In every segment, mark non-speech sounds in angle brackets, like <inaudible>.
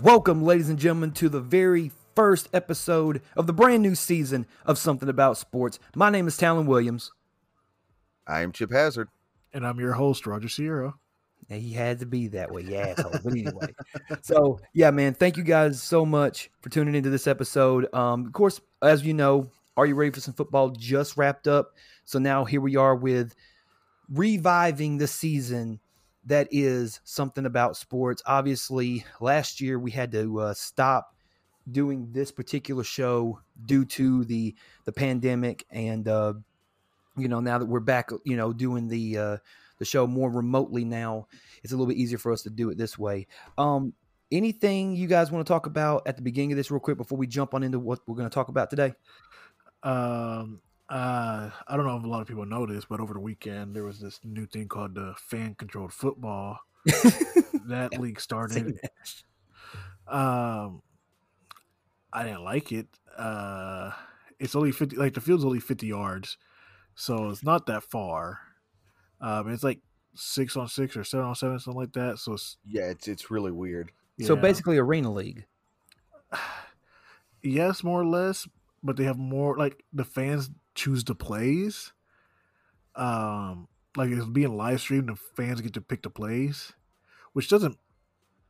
Welcome, ladies and gentlemen, to the very first episode of the brand new season of Something About Sports. My name is Talon Williams. I am Chip Hazard. And I'm your host, Roger Sierra. And he had to be that way, you asshole. But anyway, so yeah, man, thank you guys so much for tuning into this episode. Um, of course, as you know, Are You Ready for Some Football just wrapped up. So now here we are with reviving the season that is something about sports. Obviously, last year we had to uh, stop doing this particular show due to the the pandemic and uh you know now that we're back you know doing the uh the show more remotely now it's a little bit easier for us to do it this way um anything you guys want to talk about at the beginning of this real quick before we jump on into what we're going to talk about today Um, uh, I don't know if a lot of people know this, but over the weekend there was this new thing called the fan controlled football. that league started. Um, I didn't like it. Uh, it's only fifty. Like the field's only fifty yards, so it's not that far. Um, it's like six on six or seven on seven, something like that. So it's Yeah, it's it's really weird. so yeah. basically arena league yes, more or less, but they have more like the fans choose the plays. Um, like it's being live streamed, the fans get to pick the plays, which doesn't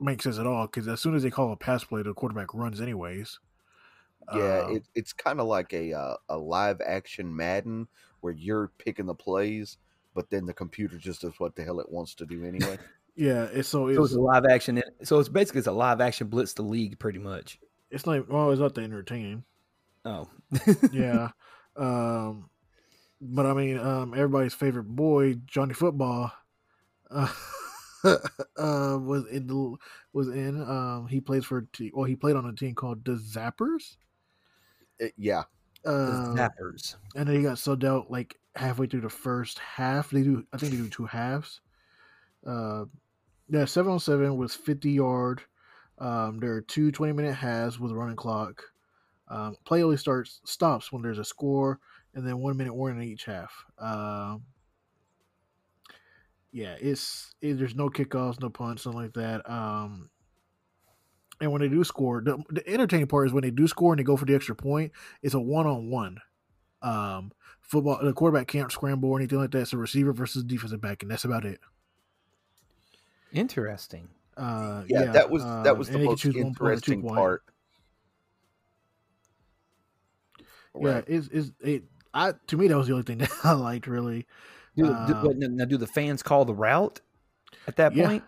make sense at all because as soon as they call a pass play, the quarterback runs anyways. Yeah, Uh, it, it's kind of like a uh, a live action Madden where you're picking the plays, but then the computer just does what the hell it wants to do <laughs> anyway. yeah. It's so so it's it's, a live action so it's basically it's a live action blitz the league pretty much it's not well, it's not that entertaining. oh yeah. Um, but I mean, um, everybody's favorite boy, Johnny Football, uh, <laughs> uh, was in the was in. Um, he plays for a team. Well, he played on a team called the Zappers. It- yeah, the Um, snappers and then he got subbed out like halfway through the first half. They do, I think they do two halves. Uh, yeah, seven on seven was fifty yard. Um, there are two 20 minute halves with a running clock. Um, play only starts stops when there's a score, and then one minute warning in each half. Um, yeah, it's it, there's no kickoffs, no punts, nothing like that. Um, and when they do score, the, the entertaining part is when they do score and they go for the extra point. It's a one on one um football the quarterback can't scramble or anything like that. It's a receiver versus defensive back, and that's about it. interesting Uh yeah, that was that um, was and the they can most choose one point or two interesting point. part. Right. Yeah, it's, it's it I to me that was the only thing <laughs> that I liked really. Do, do, Um, wait, now, now do the fans call the route at that Yeah. point?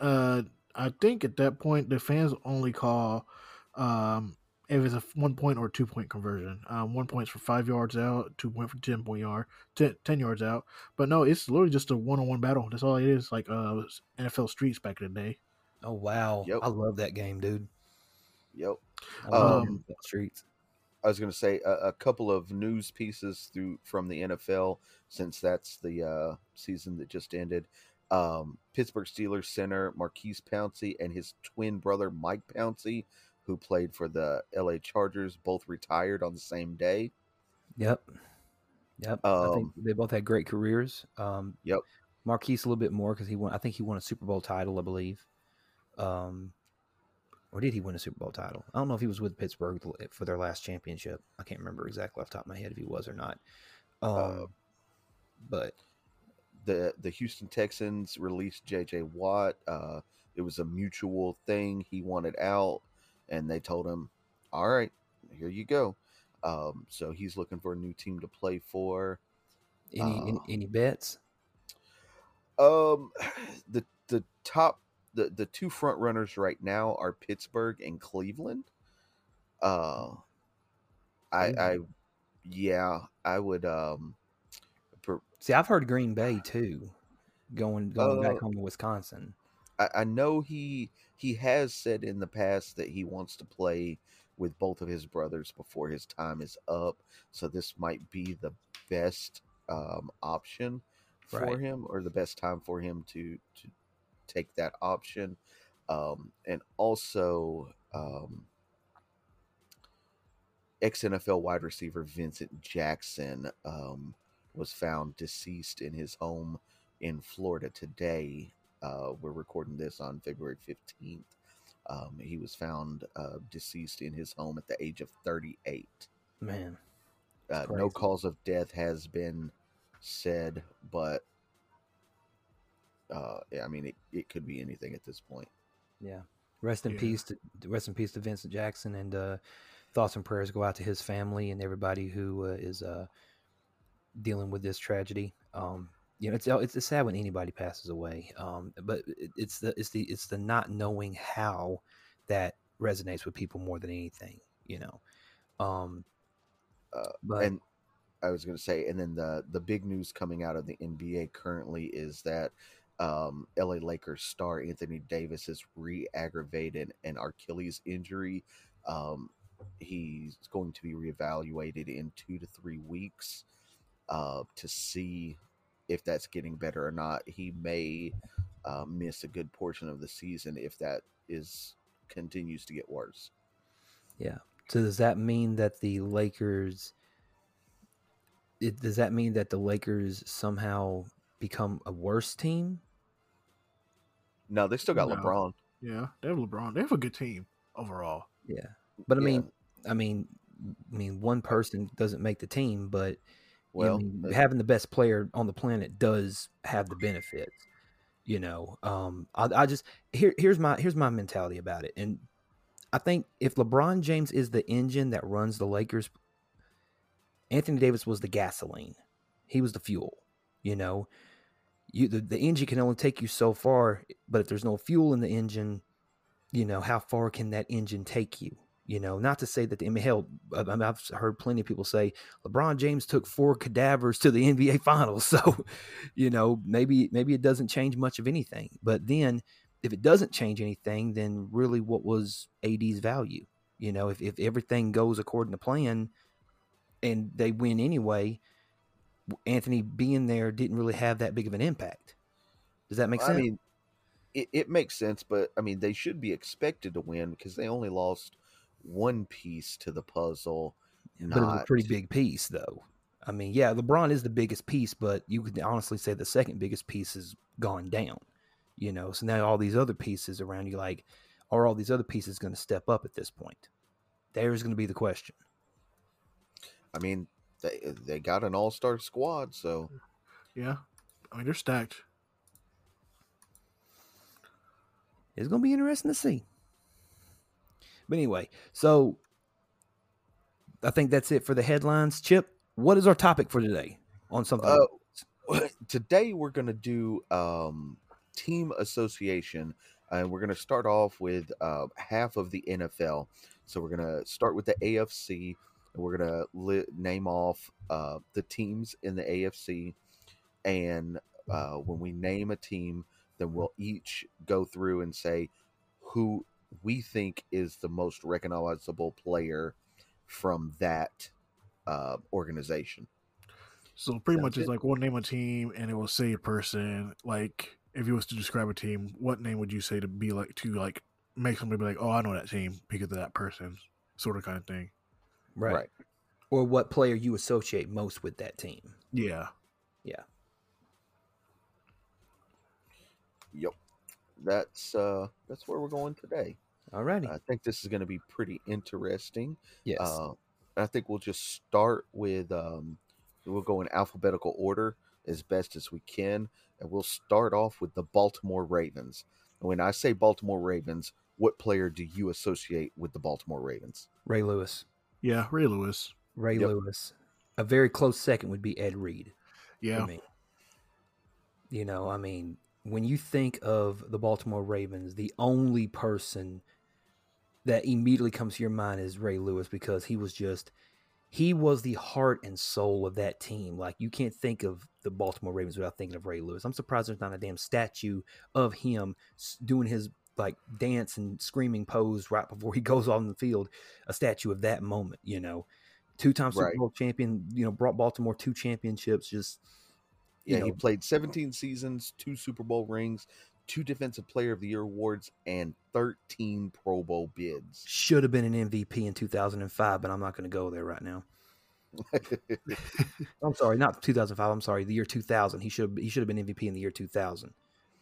Uh I think at that point the fans only call um if it's a one point or two point conversion. Um one point's for five yards out, two point for ten point yard, ten, 10 yards out. But no, it's literally just a one on one battle. That's all it is, like uh NFL streets back in the day. Oh wow, Yep. I love that game, dude. Yep. I love Um, that streets. I was going to say a, a couple of news pieces through from the NFL since that's the uh, season that just ended. Um, Pittsburgh Steelers center Marquise Pouncey and his twin brother Mike Pouncey, who played for the LA Chargers, both retired on the same day. Yep, yep. I think Um, they both had great careers. Um, Yep. Marquise a little bit more because he won. I think he won a Super Bowl title, I believe. Um, or did he win a Super Bowl title? I don't know if he was with Pittsburgh th- for their last championship. I can't remember exactly off the top of my head if he was or not. Um, Uh, but The the Houston Texans released J.J. Watt. Uh, it was a mutual thing. He wanted out, and they told him, "All right, here you go." Um, so he's looking for a new team to play for. any any, uh, any bets? Um, <sighs> the the top the the two front runners right now are Pittsburgh and Cleveland. Uh, I I yeah I would um per- See, I've heard Green <sighs> Bay too, going going Uh, back home to Wisconsin. I, I know he he has said in the past that he wants to play with both of his brothers before his time is up. So this might be the best um, option for Right. him, or the best time for him to to take that option. Um, and also, um, ex NFL wide receiver Vincent Jackson um, was found deceased in his home in Florida today uh, we're recording this on February 15th. Um, he was found uh, deceased in his home at the age of 38. Man, Uh, That's no crazy. cause of death has been said, but uh, yeah, I mean, it, it could be anything at this point. yeah. Rest in Yeah. peace to rest in peace to Vincent Jackson, and uh, thoughts and prayers go out to his family and everybody who uh, is uh, dealing with this tragedy. Um, you know, it's it's it's sad when anybody passes away, um, but it, it's the it's the it's the not knowing how that resonates with people more than anything. You know, um, Uh, but and I was going to say, and then the the big news coming out of the NBA currently is that um, LA Lakers star Anthony Davis has re-aggravated an Achilles injury. Um, he's going to be reevaluated in two to three weeks uh, to see if that's getting better or not. He may uh, miss a good portion of the season if that is continues to get worse. So does that mean that the Lakers? It, does that mean that the Lakers somehow become a worse team? No, they still got No. LeBron. Yeah, they have LeBron. They have a good team overall. Yeah, but I Yeah. mean, I mean, I mean, one person doesn't make the team, but you well, mean, uh, having the best player on the planet does have the benefits. You know, um, I, I just here here's my here's my mentality about it, and I think if LeBron James is the engine that runs the Lakers, Anthony Davis was the gasoline. He was the fuel. You know, you the, the engine can only take you so far, but if there's no fuel in the engine, you know how far can that engine take you? You know, not to say that the I mean, hell, I- I mean, I've heard plenty of people say LeBron James took four cadavers to the NBA Finals, <laughs> so you know maybe maybe it doesn't change much of anything. But then, if it doesn't change anything, then really what was AD's value? You know, if if everything goes according to plan, and they win anyway, Anthony being there didn't really have that big of an impact. Does that make I sense? mean, it, it makes sense, but I mean, they should be expected to win because they only lost one piece to the puzzle. but it was a not- pretty big piece, though. I mean, yeah, LeBron is the biggest piece, but you could honestly say the second biggest piece has gone down. You know, so now all these other pieces around you, like, are all these other pieces going to step up at this point? There's going to be the question. I mean, they they got an all star squad, so Yeah, I mean they're stacked. It's going to be interesting to see. But anyway, so I think that's it for the headlines. Chip, what is our topic for today on something? uh, <clears throat> today we're gonna do um, team association, and we're gonna start off with uh, half of the NFL. So we're gonna start with the AFC, and we're gonna li- name off uh, the teams in the AFC, and uh, when we name a team, then we'll each go through and say who we think is the most recognizable player from that uh, organization. So pretty Sounds much it's good. like we'll name a team and it will say a person. Like if you was to describe a team, what name would you say to be like to like make somebody be like, oh, I know that team because of that person, sort of kind of thing. right. Or what player you associate most with that team? Yeah, Yep. That's uh that's where we're going today. All righty. I think this is going to be pretty interesting. Hmm. yes. Uh, I think we'll just start with um we'll go in alphabetical order as best as we can and we'll start off with the Baltimore Ravens. And when I say Baltimore Ravens, what player do you associate with the Baltimore Ravens? Ray Lewis. yeah, Ray Lewis. Ray Yep. Lewis. A very close second would be Ed Reed Yeah, for me. You know, I mean, when you think of the Baltimore Ravens, the only person that immediately comes to your mind is Ray Lewis because he was just he was the heart and soul of that team. Like you can't think of the Baltimore Ravens without thinking of Ray Lewis. I'm surprised there's not a damn statue of him s- doing his like dance and screaming pose right before he <laughs> goes on the field. A statue of that moment, you know. Two-time Super Right. Bowl champion, you know, brought Baltimore two championships. Just You Yeah, he know- played 17 seasons, two Super Bowl rings, two defensive player of the year awards and 13 Pro Bowl bids. should have been an MVP in 2005, but I'm not going to go there right <laughs> now. I'm sorry, not 2005. I'm sorry, the year 2000. He should he should have been MVP in the year 2000.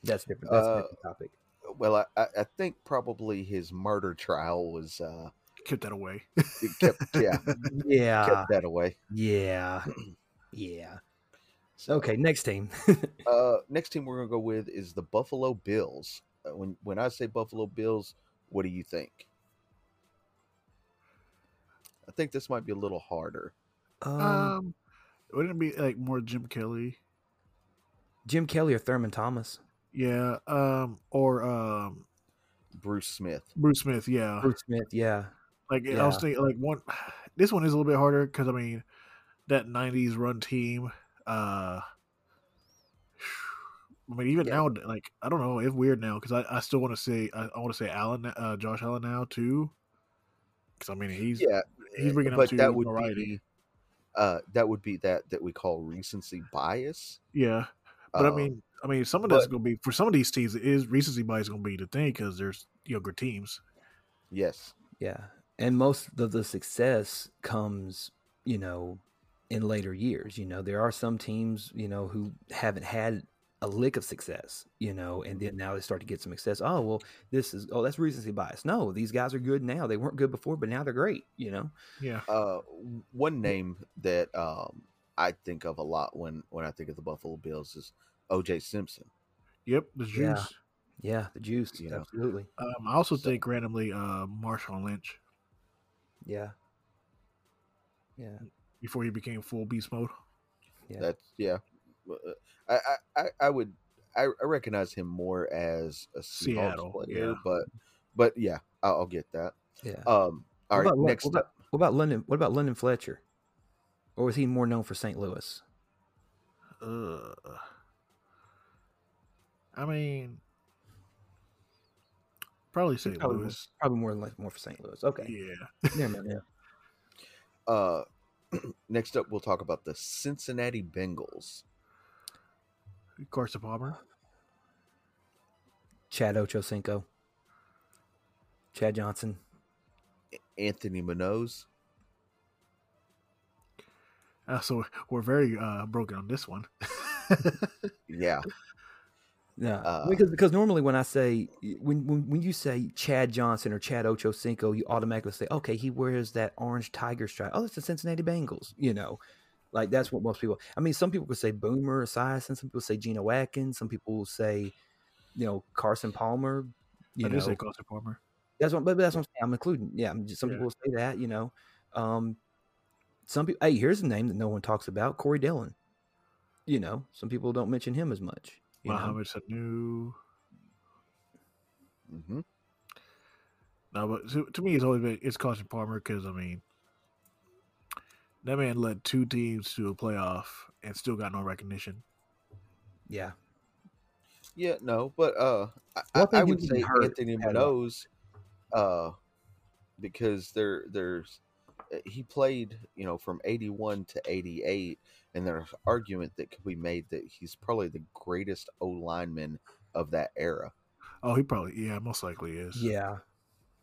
That's different. That's a Uh, <laughs> different topic. well, I- I, I think probably his murder trial was uh, Keep that away. it <laughs> kept yeah Yeah. <clears throat> Ah. kept that away. Yeah. Yeah. So, Okay, next team. Uh, next team we're gonna go with is the Buffalo Bills. Uh, when when I say Buffalo Bills, what do you think? I think this might be a little harder. Um, Um, wouldn't it be like more Jim Kelly? Jim Kelly or Thurman Thomas? Yeah. Um, or um, Bruce Smith. Bruce Smith. Yeah. Bruce Smith, yeah. Like I was Yeah. thinking, like one. <sighs> This one is a little bit harder because I mean, that '90s run team. Uh, <sighs> I mean, even Yeah. now, like I don't know, it's weird now because I, I still want to say I, I want to say Allen, uh, Josh Allen now too. Because I mean, he's Yeah, eh, he's bringing up but to that would variety. be uh, that would be that that we call recency bias. yeah. But I Um, mean, I mean, some of that's but- going to be for some of these teams. It is recency bias going to be the thing because there's younger teams. yes, Yeah. And most of the success comes, you know, in later years. You know, there are some teams, you know, who haven't had a lick of success, you know, and then now they start to get some success. Oh, well, this is, oh, that's recency bias. No, these guys are good now. They weren't good before, but now they're great, you know? Yeah, uh, one name that um, I think of a lot when when I think of the Buffalo Bills is O.J. Simpson. yep, the juice. Yeah. Yeah. The juice. You know. Absolutely. Um, I also So- think randomly, uh, Marshawn Lynch Yeah. Yeah. before he became full beast mode. Yeah. That's yeah. Uh, I I, I- I would I, I recognize him more as a Seahawks Seattle, player, yeah. but but yeah, I'll, I'll get that. Yeah. Um, all right, what, about, Lon- next what, about, what about London? What about London Fletcher? Or was he more known for St. Louis? Uh, I mean, probably St. probably would. Louis. Probably more like more for St. Louis. Okay. Yeah, Never mind, yeah. uh, <clears throat> next up we'll talk about the Cincinnati Bengals. Carson Palmer. Chad Ochocinco. Chad Johnson. Anthony Minoz. Uh, so we're very uh, broken on this one. Yeah, Yeah, Uh, because because normally when I say when, when when you say Chad Johnson or Chad Ochocinco, you automatically say, okay, he wears that orange tiger stripe. Oh, it's the Cincinnati Bengals. You know, like that's what most people. I mean, some people could say Boomer Esiason, some people say Geno Atkins, some people will say, you know, Carson Palmer. You I know, did say Carson Palmer. That's what, but that's what I'm saying. I'm including. Yeah, I'm just, some Yeah. people say that, you know. Um, some people. Hey, here's a name that no one talks about: Corey Dillon. You know, some people don't mention him as much. You know? Mohamed Sanu. hmm No, but to, to me, it's always been it's Carson Palmer because I mean, that man led two teams to a playoff and still got no recognition. Yeah, yeah, no, but uh, I, Well, I I, think he would was say hurt Anthony at all. Minoz, uh, because there there's eh, he played you know from 81 to 88 and there's argument that could be made that he's probably the greatest o lineman of that era Oh, he probably yeah, most likely is. yeah,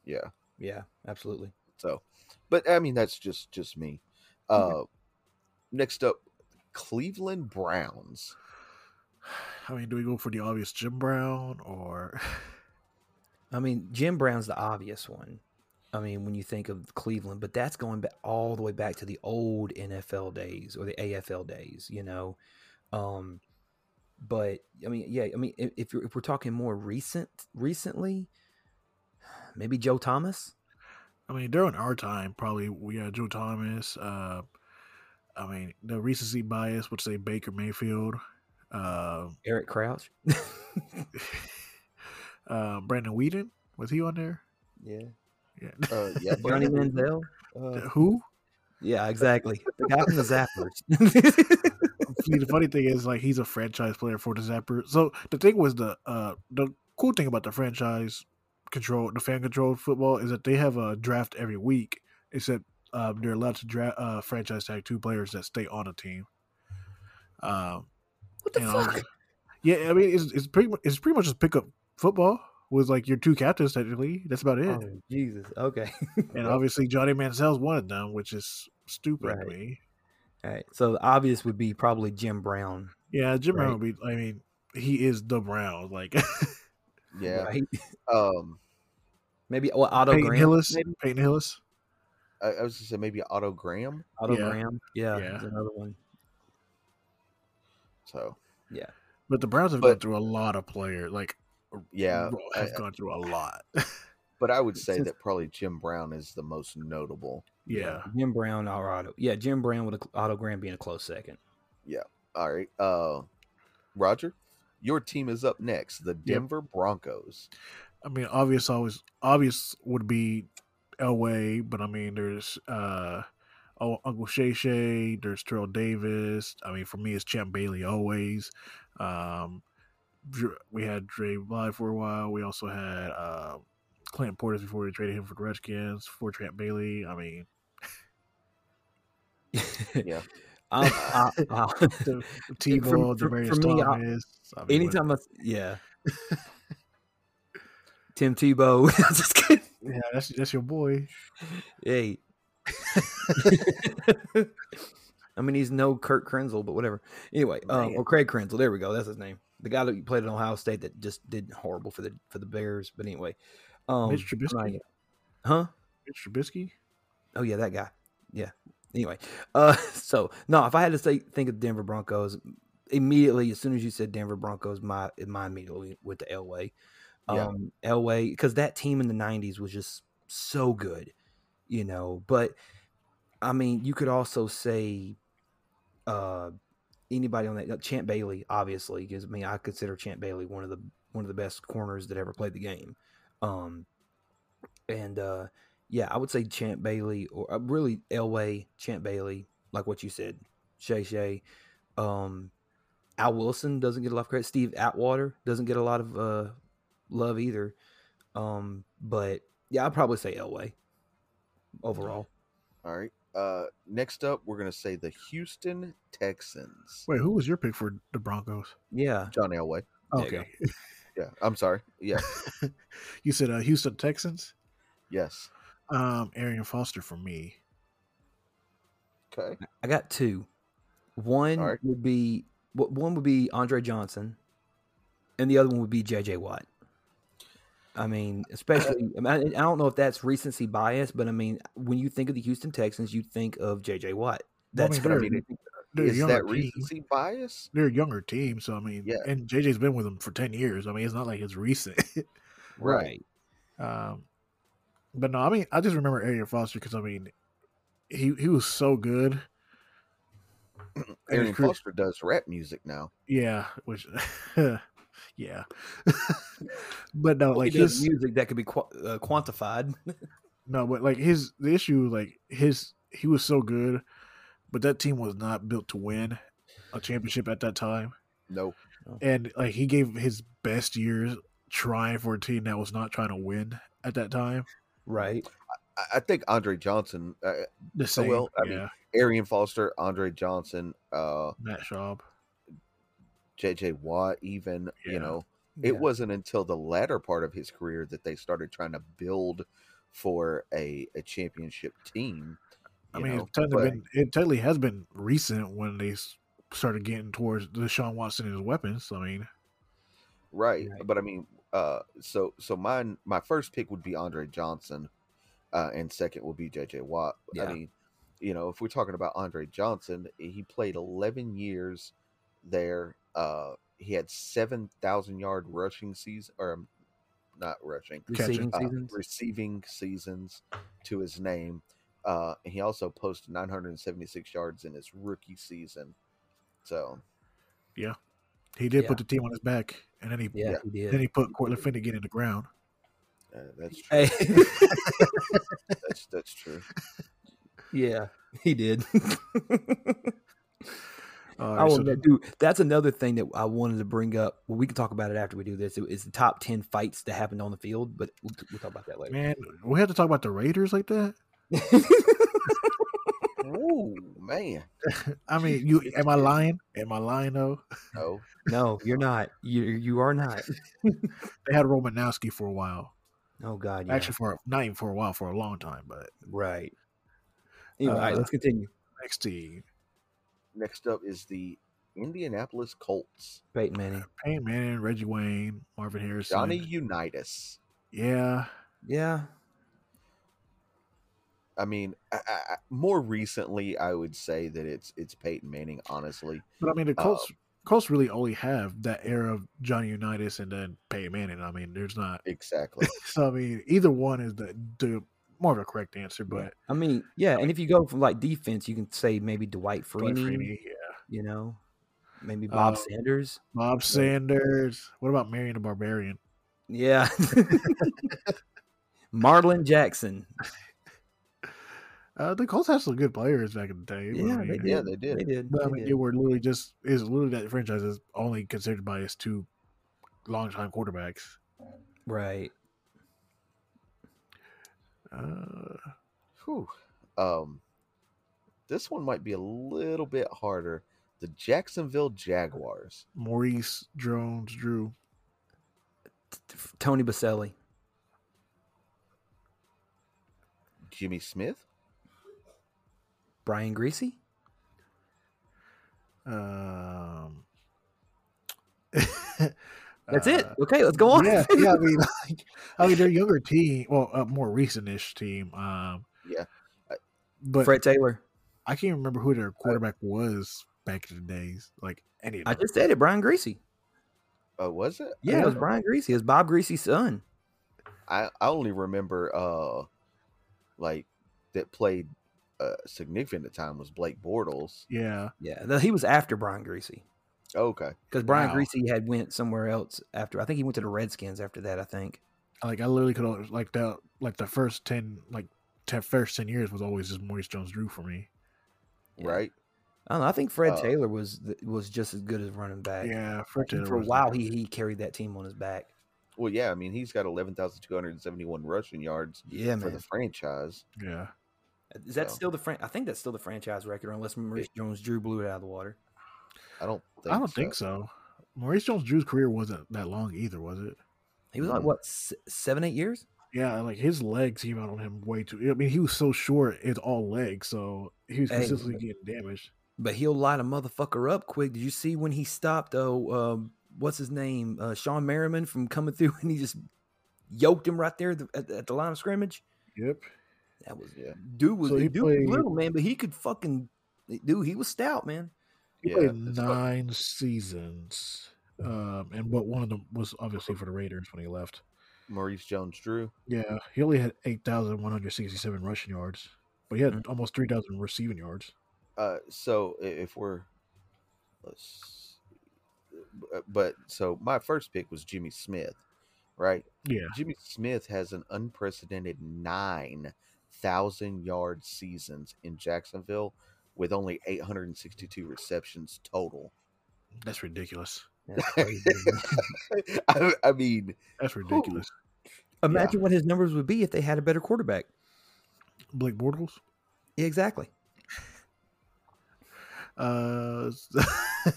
yeah yeah. Absolutely. so but i mean that's just just me uh next up cleveland browns I mean, do we go for the obvious Jim Brown or I mean, Jim Brown's the obvious one. I mean, when you think of Cleveland, but that's going back all the way back to the old NFL days or the AFL days, you know. Um, but I mean, yeah, I mean, if, if, you're, if we're talking more recent, recently, maybe Joe Thomas. I mean, during our time, probably we had Joe Thomas. Uh, I mean, the recency bias would say Baker Mayfield, uh, Eric Crouch. uh, Brandon Whedon. Was he on there? <laughs> yeah. Yeah. <laughs> uh yeah <laughs> Johnny but- Manziel. Oh. Uh, <laughs> Who? yeah, exactly. The guy from the Zappers. <laughs> See, the funny thing is, like, he's a franchise player for the Zappers. So the thing was the uh, the cool thing about the franchise control, the fan controlled football, is that they have a draft every week. Except um, they're allowed to draft uh, franchise tag two players that stay on a team. Um, what the you know, fuck? Yeah, I mean, it's, it's pretty mu- it's pretty much just pickup football with like your two captains technically. That's about it. Oh, Jesus. Okay. and obviously, Johnny Manziel's one of them, which is stupid Right. to me. All right. So the obvious would be probably Jim Brown. Yeah, Jim Right. Brown would be. I mean, he is the Brown. Like, <laughs> Yeah. Right? Um, Maybe well, Otto Peyton Graham. Hillis. maybe? Peyton Hillis. I, I was gonna say maybe Otto Graham. Otto Yeah. Graham. Yeah, Yeah. is another one. So But the Browns have gone But- through a lot of player. Like yeah, I- have gone through a lot. <laughs> but I would say Since- that probably Jim Brown is the most notable. yeah. Jim Brown or Otto. Yeah, Jim Brown with a, Otto Graham being a close second. All right, uh, Roger, your team is up next. The Denver Broncos. I mean, obvious always obvious would be Elway, but I mean, there's uh, oh, Uncle Shay Shay, there's Terrell Davis. I mean, for me, it's Champ Bailey always. Um, Dr- we had Dre Bly for a while. We also had uh, Clint Portis before we traded him for the Redskins for Champ Bailey. I mean, Yeah. <laughs> Um, I- <laughs> I- T Ball, for- Demarius for me, I- Thomas. I mean, anytime I, yeah. Tim Tebow. <laughs> I'm just kidding. what- yeah, that's that's your boy. Hey. <laughs> I mean, he's no Kurt Krenzel, but whatever. Anyway, um, Man. or Craig Krenzel. There we go. That's his name. The guy that played at Ohio State that just did horrible for the for the Bears. But anyway, um, Mitch Trubisky. right. huh? Mitch Trubisky. Oh yeah, that guy. Yeah. Anyway, uh, <laughs> so no, if I had to say think of Denver Broncos immediately, as soon as you said Denver Broncos, my my immediately went to Elway. Yeah. Um, Elway, because that team in the '90s was just so good, you know. But I mean, you could also say uh, anybody on that uh, Champ Bailey, obviously, because I mean, I consider Champ Bailey one of the one of the best corners that ever played the game. Um, and uh, yeah, I would say Champ Bailey or uh, really Elway, Champ Bailey, like what you said, Shay Shay. Um, Al Wilson doesn't get a lot of credit. Steve Atwater doesn't get a lot of uh, love either. Um, but yeah, I'd probably say Elway overall. All right. Uh, next up, we're gonna say the Houston Texans. Wait, who was your pick for the Broncos? Yeah, John Elway. There you go. Okay, <laughs> Yeah, I'm sorry. Yeah, you said uh, Houston Texans. yes. Um, Arian Foster for me. Okay. I got two. One All right. would be wh- one would be Andre Johnson, and the other one would be JJ Watt. I mean, especially I, mean, I I don't know if that's recency bias, but I mean, when you think of the Houston Texans, you think of JJ Watt. Well, I That's mean, what I they're- mean. They're a Is younger that team. recency bias? They're a younger team, so I mean, Yeah. And JJ's been with them for ten years. I mean, it's not like it's recent. <laughs> Right. um, but no, I mean, I just remember Arian Foster because I mean, he he was so good. <clears throat> And his Arian career- Foster does rap music now. yeah, which, <laughs> yeah. <laughs> but no, Like like his his music that could be qu- uh, quantified. <laughs> No, but like his the issue, like his he was so good, but that team was not built to win a championship at that time. No. And like he gave his best years trying for a team that was not trying to win at that time. right. I, I think Andre Johnson, uh, The same, well, I mean- yeah, Arian Foster, Andre Johnson, uh, Matt Schaub. JJ Watt, even, Yeah. you know, it Yeah. wasn't until the latter part of his career that they started trying to build for a, a championship team. I you mean, know, it's technically but- been, it technically has been recent when they s- started getting towards Deshaun Watson and his weapons. I mean, right. Right. But I mean, uh, so so mine my first pick would be Andre Johnson, uh, and second would be JJ Watt. Yeah. I mean, you know, if we're talking about Andre Johnson, he played eleven years there. Uh, he had seven thousand yard rushing season, or um, not rushing, Catcher. Receiving uh, seasons. receiving seasons to his name. Uh, he also posted 976 yards in his rookie season. So he did Yeah. put the team on his back, and then he Yeah, he <laughs> then did. he put Cortland Finnegan in the ground. uh, <laughs> that's true. Hey. That's that's true. yeah, he did. <laughs> Uh, I will that dude. That's another thing that I wanted to bring up. Well, we can talk about it after we do this. It- It's the top ten fights that happened on the field, but we'll, we'll talk about that later. man, we have to talk about the Raiders like that. Oh man, I mean, <laughs> you am I lying? Am I lying though? no, <laughs> no, you're not. You you are not. They had Romanowski for a while, Oh God, yeah. actually for not even for a while, for a long time. But right. Anyway, all right, Uh, let's continue. next team, Next up is the Indianapolis Colts. Peyton Manning. Peyton Manning, Reggie Wayne, Marvin Harrison. Johnny Unitas. Yeah. Yeah. I mean, I, I, I- more recently, I would say that it's it's Peyton Manning. Honestly, But I mean, the Uh, Colts, Oh. Colts really only have that era of Johnny Unitas and then Peyton Manning. I mean, there's not. exactly. So I mean, either one is the, the more of a correct answer, but I mean, yeah, and if you go from like defense, you can say maybe Dwight Dwight Freeney, Um, Freeney, yeah. you know, maybe Bob Uh, Sanders. Bob Sanders. What about Marion the Barbarian? Yeah. <laughs> Marlon Jackson. Uh, the Colts had some good players back in the day. but I Yeah, mean, they did. yeah, they did. They did. But I they mean, did. it were literally just is literally that franchise is only considered by its two longtime quarterbacks. Right. Uh, Whew. Um, this one might be a little bit harder. The Jacksonville Jaguars. Maurice Jones Drew. T- t- Tony Baselli. Jimmy Smith. Brian Greasy. Um, <laughs> That's it. uh, Okay, let's go on. Yeah, <laughs> yeah, I mean, like, I mean, their younger team, well, a more recent-ish team. Um, Yeah. I- but Uh, Fred Taylor. I can't remember who their quarterback was back in the days. Like any of I them. just said it. Brian Greasy. Uh, was it? I Yeah, it don't was know. Brian Greasy. It was Bob Greasy's son. I, I only remember uh, like that played uh, significant time was Blake Bortles. yeah, Yeah, th- he was after Brian Greasy Okay, because Brian Wow. Greasy had went somewhere else after. I think he went to the Redskins after that. I think. like I literally could al- like that. Like the first ten, like te- first ten years was always just Maurice Jones Drew for me. Yeah. right. I don't know. I think Fred Uh, Taylor was th- was just as good as running back. Yeah, for, He- for a while he, he carried that team on his back. Well, yeah. I mean, he's got eleven thousand two hundred seventy-one rushing yards Yeah, for man. the franchise. Yeah, Is that so- still the fran- I think that's still the franchise record, unless Maurice Jones Drew blew it out of the water. I don't. Think I don't think so. Maurice Jones Drew's career wasn't that long either, was it? He was like Mhm. what s- seven, eight years? Yeah, like his legs came out on him way too. I mean, he was so short; it's all legs, so he was Hey. consistently getting damaged. But he'll light a motherfucker up quick. Did you see when he stopped? Oh, um, what's his name? Uh, Sean Merriman from coming through, <laughs> and he just yoked him right there at the, at the, at the line of scrimmage. Yep. That was Yeah. dude was So he dude was played- little man, but he could fucking dude. He was stout, man. He Yeah, played it's fuck- nine seasons, um, and but one of them was obviously for the Raiders when he left. Maurice Jones-Drew. Yeah, he only had eight thousand one hundred sixty-seven rushing yards, but he had Mm. almost three thousand receiving yards. Uh, so i- if we're let's, bu- but so my first pick was Jimmy Smith, right? Yeah, Jimmy Smith has an unprecedented nine thousand yard seasons in Jacksonville with only eight hundred and sixty two receptions total. <laughs> that's ridiculous. <laughs> That's crazy, man. I, I mean, <laughs> That's ridiculous. Imagine what his numbers would be if they had a better quarterback. Blake Bortles. Yeah, exactly. Uh, <laughs> all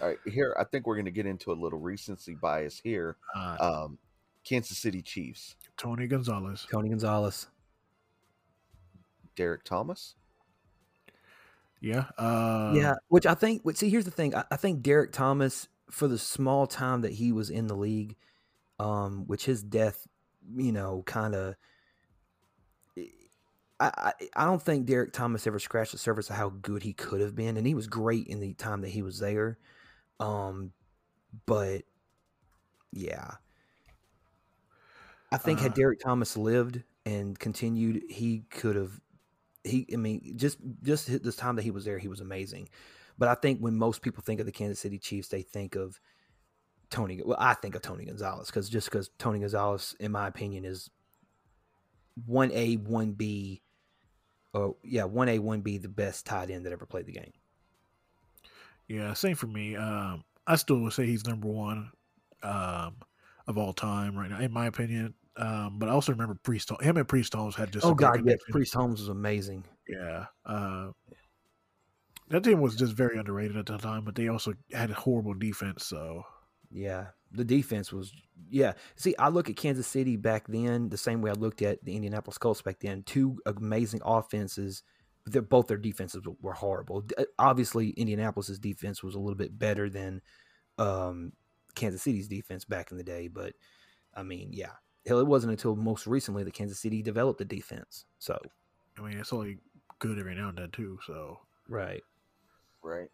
right, here I think we're going to get into a little recency bias here. uh, Um, Kansas City Chiefs, Tony Gonzalez, Tony Gonzalez. Derek Thomas. yeah, uh, yeah, which I think. Which, see, here's the thing. I, I think Derek Thomas, for the small time that he was in the league, um, which his death, you know, kind of. I, I I don't think Derek Thomas ever scratched the surface of how good he could have been, and he was great in the time that he was there. Um, but yeah, I think had Uh, Derek Thomas lived and continued, he could have. He, I mean, just just hit this time that he was there, he was amazing. But I think when most people think of the Kansas City Chiefs, they think of Tony. Well, I think of Tony Gonzalez because just because Tony Gonzalez, in my opinion, is one A, one B, or uh, yeah, one A, one B, the best tight end that ever played the game. Yeah, same for me. Um, I still would say he's number one um, of all time right now, in my opinion. Um, but I also remember Priest. Him and Priest Holmes had just a oh good God, yes, connection. Priest Holmes was amazing. Yeah, uh, that team was just very underrated at the time, but they also had a horrible defense. So Yeah. The defense was yeah. See, I look at Kansas City back then the same way I looked at the Indianapolis Colts back then. Two amazing offenses their- both their defenses w- were horrible. D- Obviously, Indianapolis's defense was a little bit better than um, Kansas City's defense back in the day, but I mean, yeah, hell, it wasn't until most recently that Kansas City developed the defense. So I mean, it's only good every now and then too. So right, right?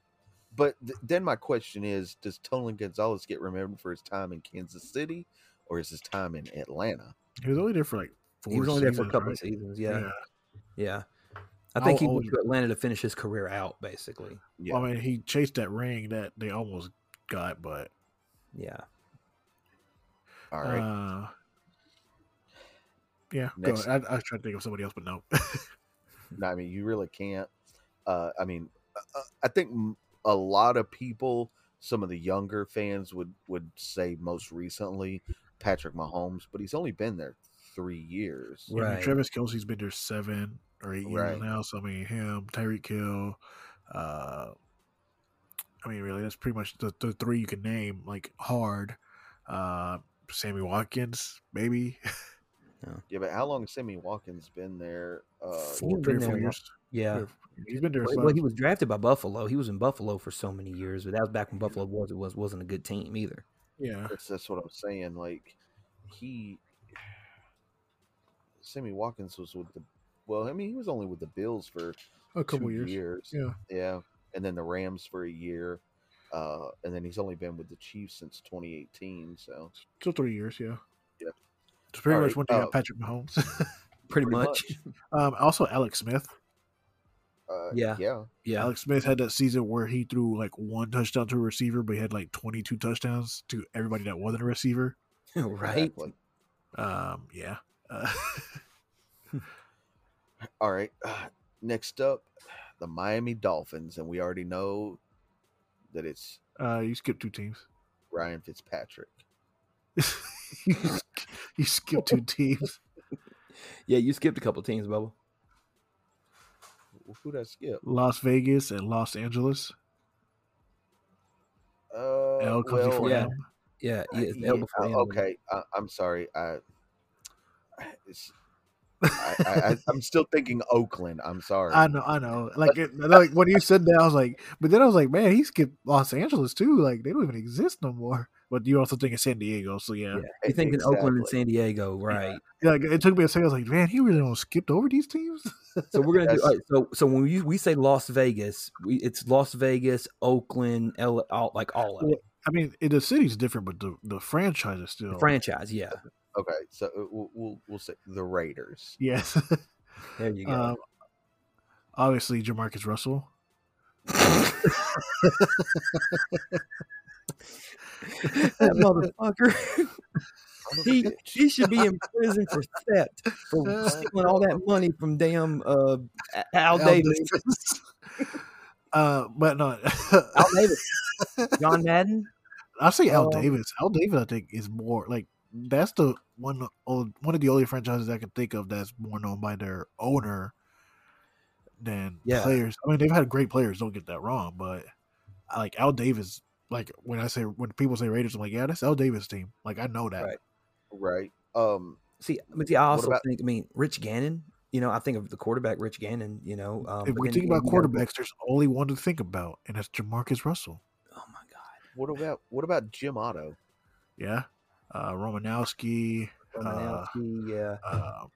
But th- then my question is, does Tony Gonzalez get remembered for his time in Kansas City, or is his time in Atlanta? he was only there for like four. he was only there for a seasons, couple right? of seasons. Yeah, yeah. I How think he old- went to Atlanta to finish his career out, basically. Yeah, I mean, he chased that ring that they almost got, but Yeah. all right. uh, yeah. go Next. ahead. I, I was trying to think of somebody else, but no. No, I mean, you really can't. Uh, I mean, uh, I think m- a lot of people, some of the younger fans would would say most recently Patrick Mahomes, but he's only been there three years. Yeah, I mean, Right. Travis Kelsey's been there seven or eight years Right. now. So I mean, him, Tyreek Hill. Uh, I mean, really, that's pretty much the, the three you can name. Like hard, uh, Sammy Watkins, maybe <laughs> Yeah, but how long has Sammy Watkins been there? Uh, Four- three or been there four a years. Yeah. Three or- He's been there. Well, since- well, he was drafted by Buffalo. He was in Buffalo for so many years, but that was back when Buffalo was it was wasn't a good team either. yeah, that's, that's what I'm saying. Like he, Sammy Watkins was with the. Well, I mean, he was only with the Bills for a couple two years. years. Yeah, Yeah, and then the Rams for a year, uh, and then he's only been with the Chiefs since 2018. So still three years. Yeah. Yeah. It's pretty All much right, when they uh, got Patrick Mahomes. <laughs> Pretty, Pretty much. um, also, Alex Smith. uh, Yeah. yeah, <laughs> Yeah. Alex Smith had that season where he threw like one touchdown to a receiver, but he had like 22 touchdowns to everybody that wasn't a receiver. <laughs> right. exactly. Um, yeah. Uh, <laughs> All right, Uh, next up, the Miami Dolphins, and we already know that it's uh, you skipped <laughs> two teams. Ryan Fitzpatrick. you skipped two teams. Yeah, you skipped a couple teams, Bubba. Who would I skip? Las Vegas and Los Angeles. Uh, L comes before yeah. M. Yeah. uh, yeah, it's yeah, L before uh, M. okay, I, I'm sorry. I, it's, I, I, I- I'm still thinking Oakland. I'm sorry. I know, I know. Like, it, like when you said that, I was like, but then I was like, man, he skipped Los Angeles too. Like, they don't even exist no more. But you also think of San Diego, so yeah. You thinking Oakland and Exactly. San Diego, right? Like, it took me a second. I was like, man, he really almost skipped over these teams. So we're gonna do. That's- all right, so so when we we say Las Vegas, we, it's Las Vegas, Oakland, L, all, like all of it. I mean, it, the city's different, but the, the franchise is still The franchise. Yeah. Okay, so uh, we'll we'll, we'll say the Raiders. <laughs> Yes. There you go. <laughs> Um, obviously, Jamarcus Russell. that motherfucker. Son <laughs> of a He, bitch. he should be in prison for theft <laughs> Uh. for stealing all that money from damn uh, Al, Davis. <laughs> uh, but no, <laughs> Al Davis. John Madden. I'll say Al Um, Davis. Al Davis, I think, is more like that's the one old one of the only franchises I can think of that's more known by their owner than Yeah. players. I mean, they've had great players. Don't get that wrong, but I like Al Davis. Like when I say when people say Raiders, I'm like, yeah, that's Al Davis team. Like I know that. Right. right? Um, See, but see, I also about- think, I mean, Rich Gannon, you know, I think of the quarterback, Rich Gannon, you know. Um, if but we then think again, about you gotta- quarterbacks, there's only one to think about, and that's Jamarcus Russell. oh my God. what about what about Jim Otto? Yeah, uh, Romanowski, uh, Romanowski, yeah. uh,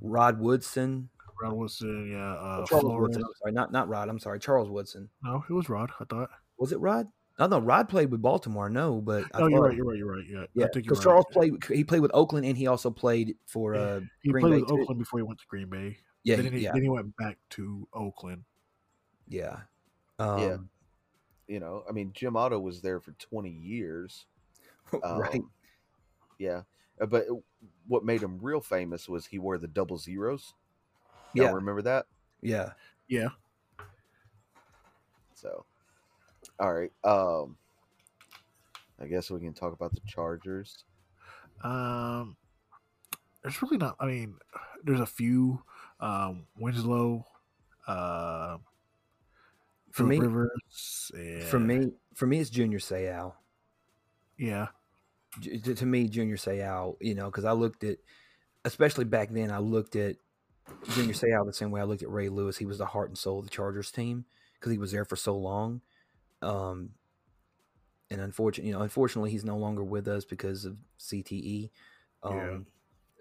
Rod Woodson. Rod Wilson, yeah, uh, Charles Flores. Woodson. I'm sorry, not, not Rod. I'm sorry, Charles Woodson. No, it was Rod. I thought. Was it Rod? I don't know. Rod played with Baltimore, no, but I Oh, you're thought- right. You're right. You're right. Yeah, Yeah, I think you're because right. Charles played. He played with Oakland, and he also played for. Yeah. Uh, He Green played Bay with too. Oakland before he went to Green Bay. yeah, then, he, yeah, then he went back to Oakland. yeah, um, <laughs> Yeah. You know, I mean, Jim Otto was there for twenty years, right. Um, Yeah, Uh, but it- what made him real famous was he wore the double zeros. Y'all Yeah, remember that? yeah. Yeah, So, all right. Um, I guess we can talk about the Chargers. Um, there's really not. I mean, there's a few. Um, Winslow, uh, For Phillip me- Rivers. And, For me, um for me, it's Junior Seau. yeah, J- to, to me, Junior Seau. You know, because I looked at, especially back then, I looked at Junior Seau the same way I looked at Ray Lewis. He was the heart and soul of the Chargers team because he was there for so long. Um, and unfortunately, you know, unfortunately, he's no longer with us because of CTE. Um, Yeah.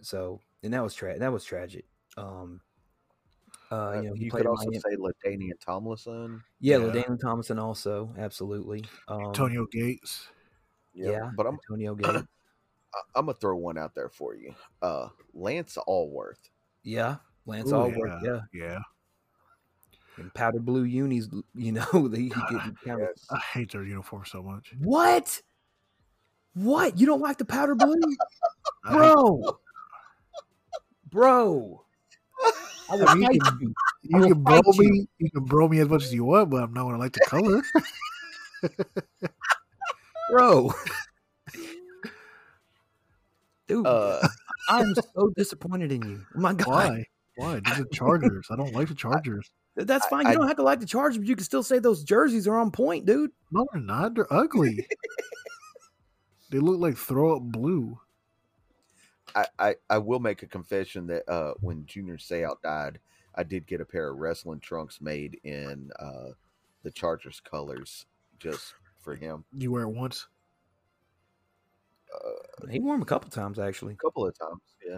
So, and that was tra- that was tragic. Um, uh, Uh, you know, he you played could also Miami- say Ladanian Tomlinson. yeah, Yeah. LaDainian Thompson also absolutely. Um, Antonio Gates. yeah, but I'm Antonio <clears throat> Gates. I- I'm gonna throw one out there for you. Uh, Lance Allworth. yeah, Lance Ooh, Allworth. Yeah. Yeah. and powder blue unis. You know, <laughs> that he could get kind of Yes. <laughs> I hate their uniform so much. what. What you don't like the <laughs> powder blue? I hate- bro, bro. <laughs> I would mean, fight you you. I you will can bro fight you. me. You can bro me as much as you want, but I'm not gonna like the color. bro. <laughs> Dude, Uh, <laughs> I'm so disappointed in you. Oh my God, Why? Why? These are Chargers. I don't like the Chargers. that's fine. You I- don't have to like the Chargers, but you can still say those jerseys are on point, dude. No, they're not. They're ugly. they look like throw up blue. I, I I will make a confession that uh, when Junior Seau died, I did get a pair of wrestling trunks made in uh, the Chargers colors just for him You wear it once. He wore them a couple times actually. a couple of times. Yeah.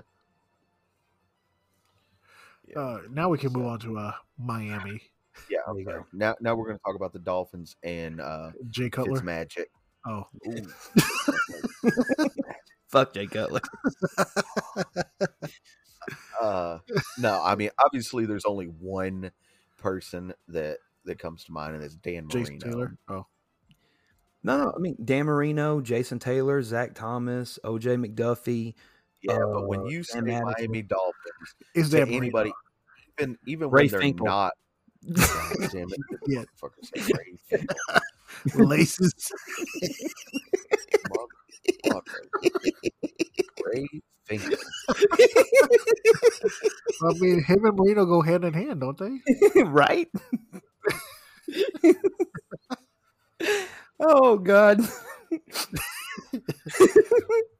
Yeah. Uh, now we can move So- on to uh, Miami. yeah. There you go. Now now we're gonna talk about the Dolphins and uh, Jay Fitz Cutler. Magic. Oh, Fuck Jay Cutler. <laughs> uh no i mean obviously there's only one person that that comes to mind and that's dan Jason marino Taylor. Oh, No, no. I mean Dan Marino, Jason Taylor, Zach Thomas, OJ McDuffie. yeah but when Uh, you say Sam Adams. miami dolphins is to that Marino? anybody even even Ray when they're Finkel. not <laughs> God damn it, Yeah. motherfucker said Ray Finkel. <laughs> laces? Motherfucker. Ray Finkel. I mean, him and Marino go hand in hand, don't they? <laughs> right? <laughs> oh God.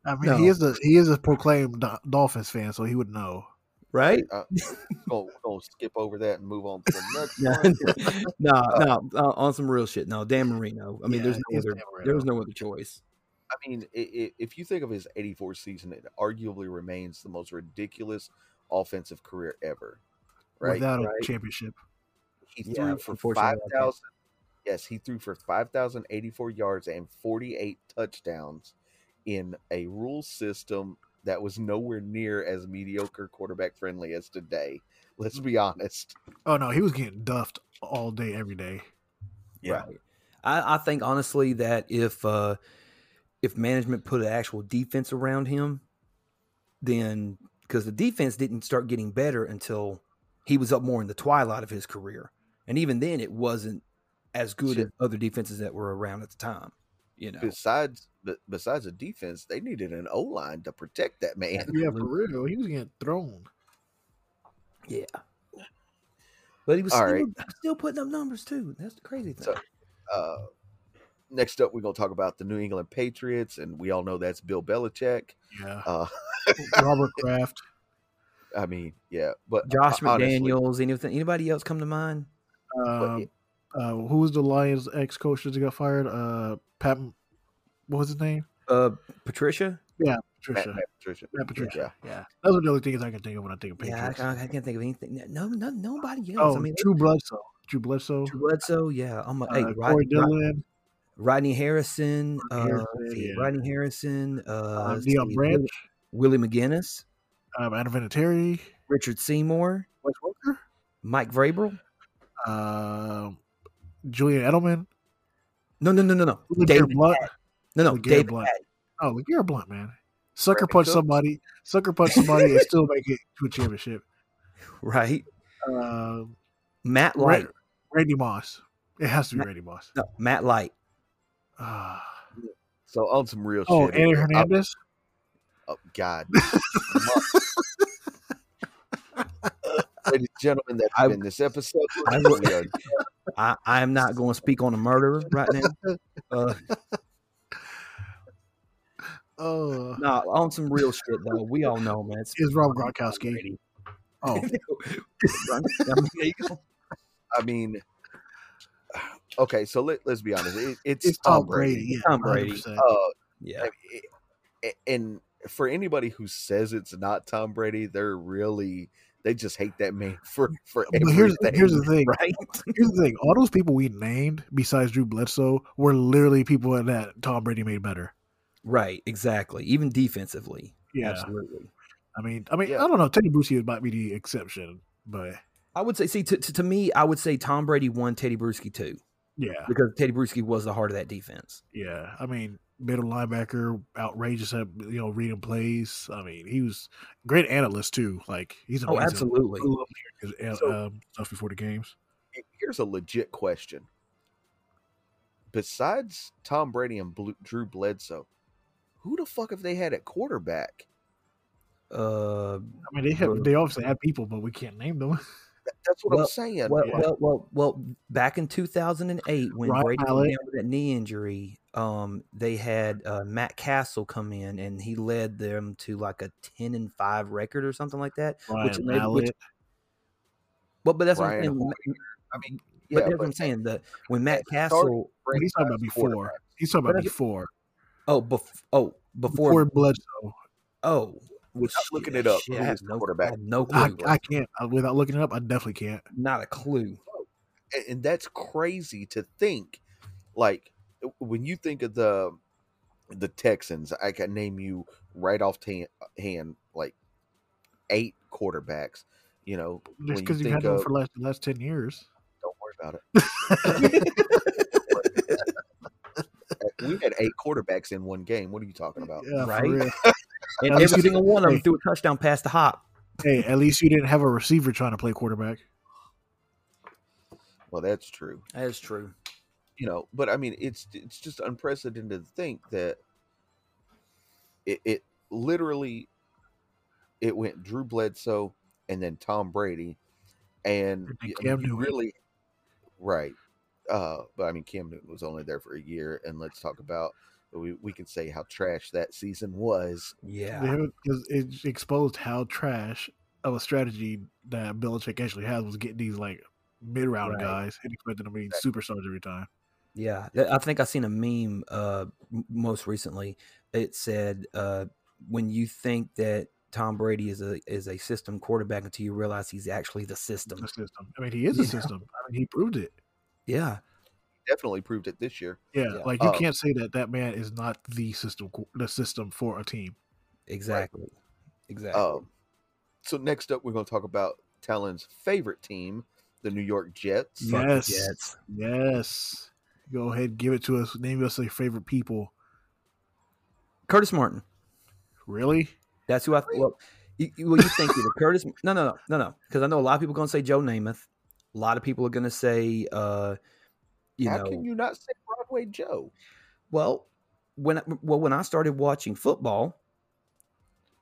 I mean, No. he is a he is a proclaimed Do- Dolphins fan, so he would know. Right? Uh, Gonna, gonna skip over that and move on to <laughs> the <laughs> <laughs> next no, one. no, uh, on some real shit. No, Dan Marino. I mean, Yeah, there's no it's other, Dan Marino. there was no other choice. I mean, i i if you think of his 84 season, it arguably remains the most ridiculous offensive career ever. Right? without right? a championship. he Yeah, threw for unfortunately, I can't- 5,000. Yes, he threw for 5,084 yards and 48 touchdowns in a rule system that was nowhere near as mediocre quarterback friendly as today. Let's be honest. Oh no, he was getting duffed all day, every day. Yeah. Right. I, I think honestly that if uh, if management put an actual defense around him, then because the defense didn't start getting better until he was up more in the twilight of his career, and even then it wasn't as good Sure. as other defenses that were around at the time. You know, Besides, be- besides the defense, they needed an O line to protect that man. Yeah, for real, he was getting thrown. yeah. But he was All still, right. still putting up numbers too. That's the crazy thing. So- Uh, next up, we're gonna talk about the New England Patriots, and we all know that's Bill Belichick. Yeah, Uh, Robert <laughs> Kraft. I mean, yeah, but Josh uh, honestly, McDaniels, anything, anybody else come to mind? Uh, yeah. uh, who was the Lions ex coach that got fired? Uh, Pat. What was his name? Uh, Patricia. Matt, Patricia. Matt Patricia, Matt Patricia. yeah. Yeah, those are the only things I can think of when I think of Patriots. Yeah, I, I- I can't think of anything. No, no nobody else. I oh, mean, Drew Bledsoe. Drew Bledsoe. Drew Bledsoe. Yeah, I'm a, uh, hey, Rod, Corey Dillon. Rodney Harrison. Uh, Harrison, let's see, yeah. Rodney Harrison. Uh, Uh, let's Deion see, Branch. Willie, Willie McGinnis, Um, Adam Vinatieri. Richard Seymour, Wes Walker. Mike Vrabel. Um, Julian Edelman. No, no, no, no, no. LeGarrette David, Blunt. no, no, LeGarrette David. Blunt. Patty. Oh, LeGarrette Blunt, man. Sucker Brandon punch Cooks. somebody. Sucker punch somebody and still make it to a championship. Right, Um, Matt Ra- Light. Randy Moss. It has to be Matt- Randy Moss. No, Matt Light. Ah. So on some real oh, shit. Aaron here, I- Hernandez. Oh, <laughs> God. Ladies and gentlemen, that's I- been this <laughs> episode. I will- We are- I, I am not going to speak on a murderer right <laughs> now. Uh, Oh, no, on some real shit though. We all know, man. It's <laughs> <laughs> is Rob Gronkowski. Oh, <laughs> I mean, <sighs> okay, so let, let's be honest. It, it's, it's Tom Brady. Yeah, Tom Brady. 100%. Uh, yeah. I mean, it- and for anybody who says it's not Tom Brady, they're really they just hate that man <laughs> for for But here's, everything. here's the thing. Right. Here's the thing. All those people we named, besides Drew Bledsoe, were literally people that Tom Brady made better. Right. Exactly. Even defensively. Absolutely. I mean, I mean, Yeah. I don't know. Teddy Bruschi might be the exception, but I would say, see, to, to, to me, I would say Tom Brady won, Teddy Bruschi too, yeah, because Teddy Bruschi was the heart of that defense. yeah. I mean, middle linebacker, outrageous at you know reading plays. I mean, he was great analyst too. Like he's Oh, amazing. absolutely. I love hearing his, uh, So- um, stuff before the games. Here's a legit question. Besides Tom Brady and Blue, Drew Bledsoe, who the fuck have they had at quarterback? Uh, I mean, they have, they obviously have people, but we can't name them. <laughs> That's what I'm Well- saying. well, yeah. well, well, well, back in 2008, when Ryan Brady Mallett. went down with that knee injury, um, they had uh, Matt Castle come in and he led them to like a 10 and 5 record or something like that. Which, Ryan Mallett. But, but that's Ryan what I'm saying. I mean, But yeah, that's what I'm saying. <laughs> The, when Matt Castle, Brady he's talking about size before. quarterback. He's talking But about I- before. oh, bef- oh, before, Before, Bledsoe. oh, well, Without looking shit, it up, shit, who I have was the no, quarterback? I have no clue, I, I can't I- without looking it up. I definitely can't. not a clue. and, and that's crazy to think like when you think of the the texans i can name you right off ta- hand like eight quarterbacks you know when Just because you you've think had them of for the last, the last ten years. don't worry about it uh, we had eight quarterbacks in one game what are you talking about Yeah, for Right? real. <laughs> And At least every you single one of them hey. threw a touchdown past the hop. Hey, at least you didn't have a receiver trying to play quarterback. well that's true That is true. you know but i mean it's it's just unprecedented to think that it, it literally it went drew bledsoe and then tom brady and And y- I Cam mean, you Newton. really right uh but i mean cam newton was only there for a year and let's talk about we, we can say how trash that season was They Yeah. haven't- 'cause it exposed how trash of a strategy that Belichick actually has was getting these like mid round Right. guys and expecting them to be superstars every time. Yeah. Th- I think I seen a meme uh, m- most recently. It said, uh, when you think that Tom Brady is a is a system quarterback until you realize he's actually the The system. system. I mean, he is a Yeah. system. I mean, he proved it. Yeah. definitely proved it this year Yeah, Yeah. like you Oh. can't say that that man is not the system, co- the system for a team. Exactly. Exactly. um so next up we're going to talk about talon's favorite team the new york jets Fuck the yes. Jets. Yes, go ahead, give it to us. Name us your favorite people. Curtis Martin. Really? That's who I Really? well. You, you- well, you think either <laughs> Curtis? No, no, no, no, no. Because I know a lot of people are going to say Joe Namath. A lot of people are going to say, uh, you how know, can you not say broadway joe well, when I- well when I started watching football,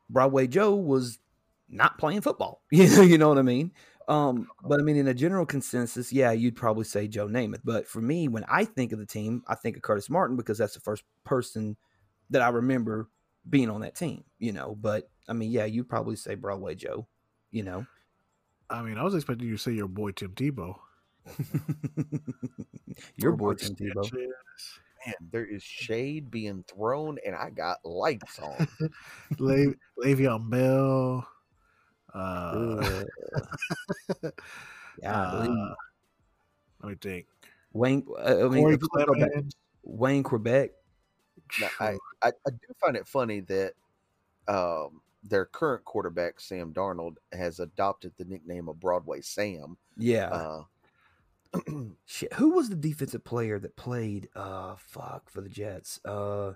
Broadway Joe was not playing football. <laughs> You know, you know what I mean. Um, but I mean, in a general consensus, yeah, you'd probably say Joe Namath. But for me, when I think of the team, I think of Curtis Martin because that's the first person that I remember being on that team. You know, but I mean, yeah, you'd probably say Broadway Joe. You know, I mean, I was expecting you to say your boy Tim Tebow. your Or boy Mark Tim Tebow. Sanchez. man, there is shade being thrown, and I got lights on. Le- Le'Veon Bell. Uh, Uh, golly. uh, let me think. Wayne, uh, I mean, Corey if we go back- Clement. Wayne Quebec. <laughs> Now, I, I, I do find it funny that um, their current quarterback, Sam Darnold, has adopted the nickname of Broadway Sam. Yeah. Uh, <clears throat> Shit. Who was the defensive player that played uh fuck for the Jets? Uh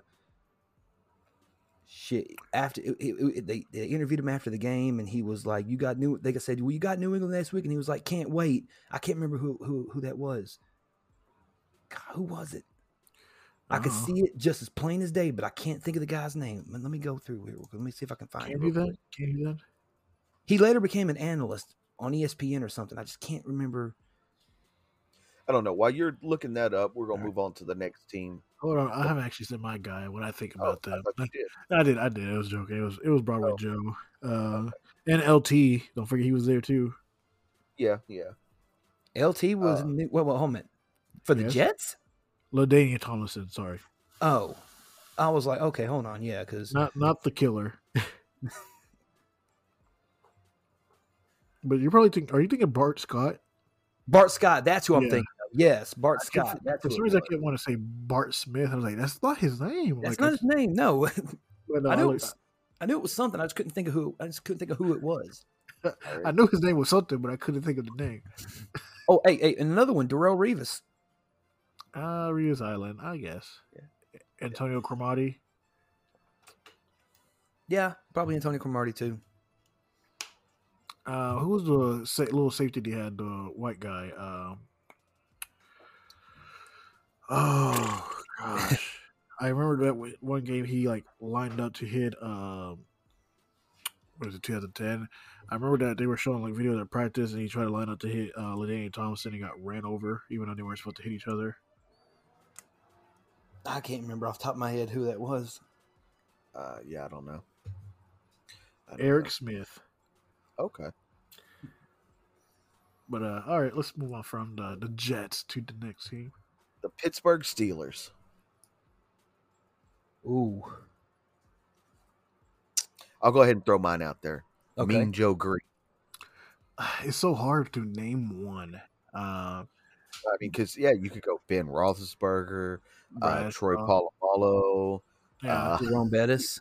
shit. After it, it- it- they, they interviewed him after the game and he was like, You got new they said, Well, you got New England next week, and he was like, Can't wait. I can't remember who who who that was. God, who was it? I could Uh-huh. see it just as plain as day, but I can't think of the guy's name. Man, Let me go through here. real quick. Let me see if I can find it. Can you real do that? quick. Can you do that? He later became an analyst on E ESPN or something. I just can't remember. I don't know. While you're looking that up, we're gonna Alright. move on to the next team. Hold on, I haven't actually said my guy. What I think Oh, about I them? thought you did. I did. I did. I was joking. It was. It was Broadway Oh. Joe. Uh, And LT, don't forget he was there too. Yeah, yeah. LT was Uh, in the, well, well, hold a minute. for the yes? Jets. Ladania Tomlinson, sorry, Oh, I was like, okay, hold on, yeah, because not not <laughs> the killer. but you're probably thinking, are you thinking Bart Scott? Bart Scott. That's who I'm Yeah. thinking. of. Yes, Bart I kept- Scott. That's For who some it reason, was. I kept want to say Bart Smith. I was like, that's not his name. That's Like, not his name. No, <laughs> but, uh, I I, knew it looked- was, I knew it was something. I just couldn't think of who. I just couldn't think of who it was. All I right. knew his name was something, but I couldn't think of the name. Oh, hey, hey, and another one, Darrell Revis. Uh, Rios Island, I guess. Antonio Cromartie. Yeah, probably Antonio Cromartie too. Uh, who was the sa- little safety they had? The white guy. Um, oh gosh, I remember that w- one game he like lined up to hit. Um, what was it 2010? I remember that they were showing like videos at practice, and he tried to line up to hit uh, Ladainian Thompson and got ran over, even though they weren't supposed to hit each other. I can't remember off the top of my head who that was. Uh, yeah, I don't know. I don't Eric Smith. know. Okay. But uh, all right, let's move on from the, the Jets to the next team. <sighs> The Pittsburgh Steelers. Ooh, I'll go ahead and throw mine out there. okay. Mean Joe Green. It's so hard to name one. I Uh, mean, because yeah, you could go Ben Roethlisberger, uh, Brad, Troy uh, Polamalu, Yeah, uh, Jerome Bettis.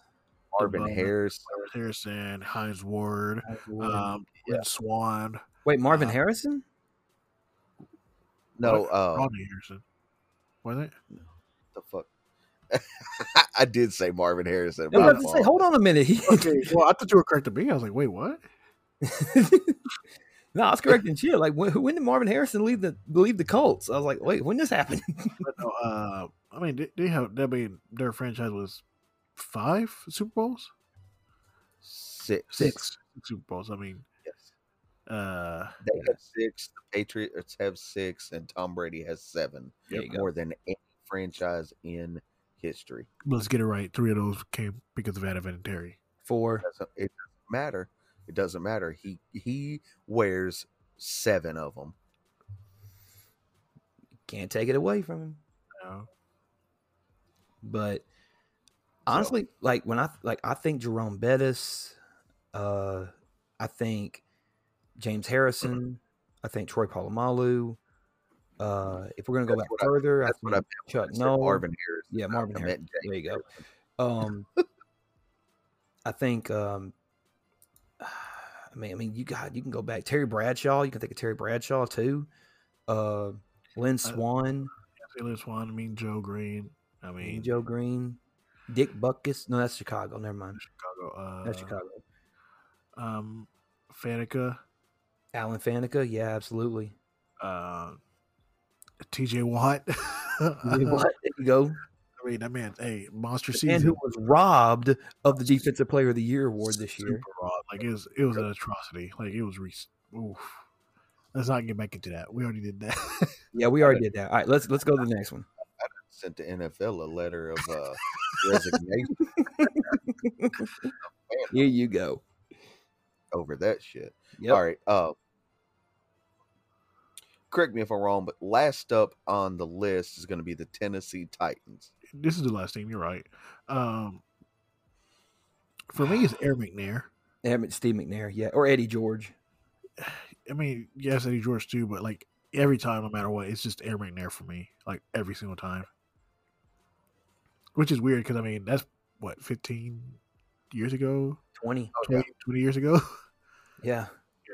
Marvin Bowman. Harris. Marvin Harrison, Heinz Ward, um, Yeah. Lynn Swan, Wait, Marvin uh, Harrison? No, What? uh, Rodney Harrison. Was it? the fuck. <laughs> I did say Marvin Harrison. I was my about to say, fault. hold on a minute. <laughs> He- Okay, well, I thought you were correct to me. I was like, wait, what? <laughs> no, I was correcting you. Like when, when did Marvin Harrison leave the leave the Colts? I was like, wait, when this happened? <laughs> But no, uh, I mean, they, they have. I mean, their franchise was five Super Bowls, six. Super Bowls. I mean, Yes. uh, They have six. The Patriots have six, and Tom Brady has seven. There you go. More than any franchise in history. let's get it right. Three of those came because of Adam and Terry. Four. Doesn't, it doesn't matter. It doesn't matter. He he wears seven of them. Can't take it away from him. You know? But honestly, like when I like I think Jerome Bettis, uh, I think James Mm-hmm. Harrison, I think Troy Polamalu. Uh, if we're gonna go That's back what I- further, I, That's what I think meant. Chuck I said Noll. Marvin Harris. Yeah, Marvin I meant Harrison. James There you go. Um, I think. Um, <sighs> I mean, I mean, you got you can go back Terry Bradshaw. You can think of Terry Bradshaw too. Uh, Lynn Swan, Taylor Swan, I mean Joe Green. I mean Joe Green, Dick Buckus. No, that's Chicago. Never mind. Chicago. Uh, That's Chicago. Um, Faneca. Alan Faneca. Yeah, absolutely. uh, T.J. Watt. <laughs> What? There you go. I mean, that man, hey, monster The man season. who was robbed of the Defensive Player of the Year award this year. Super raw. Like it was, it was an atrocity. Like it was. Re- oof. Let's not get back into that. We already did that. <laughs> Yeah, we already did that. All right, let's let's go to the next one. sent the NFL a letter of uh, resignation Here you go. over that shit. Yep. All right. Uh, correct me if I'm wrong, but last up on the list is going to be the Tennessee Titans. this is the last team. You're right. Um, for me, it's Air McNair. Emmett Steve McNair. Yeah, or Eddie George. I mean, yes, Eddie George too, but like every time, no matter what, it's just Air McNair for me. Like every single time, which is weird because I mean that's what 15 years ago, Twenty. yeah. 20, 20 years ago. <laughs> Yeah.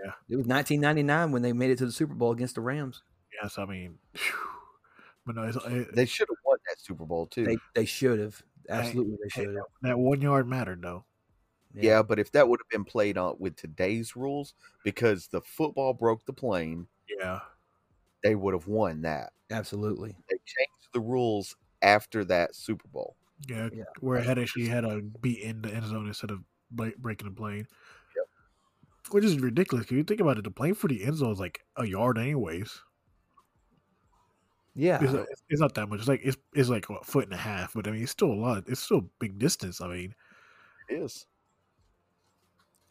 Yeah. It was 1999 when they made it to the Super Bowl against the Rams. Yes, I mean, phew. but no, it's, it, They should have won that Super Bowl too. They they should have. Absolutely, they hey, should have. that one yard mattered though. yeah. but if that would have been played on with today's rules, because the football broke the plane, Yeah, they would have won that. Absolutely. They changed the rules after that Super Bowl. yeah, Yeah. where it had actually had a beat in the end zone instead of bla- breaking the plane, which is ridiculous. If you think about it, the plane for the end zone is like a yard anyways. Yeah. It's, it's- it's not that much. It's like it's, it's like what, foot and a half, but I mean it's still a lot. It's still a big distance. I mean, It is.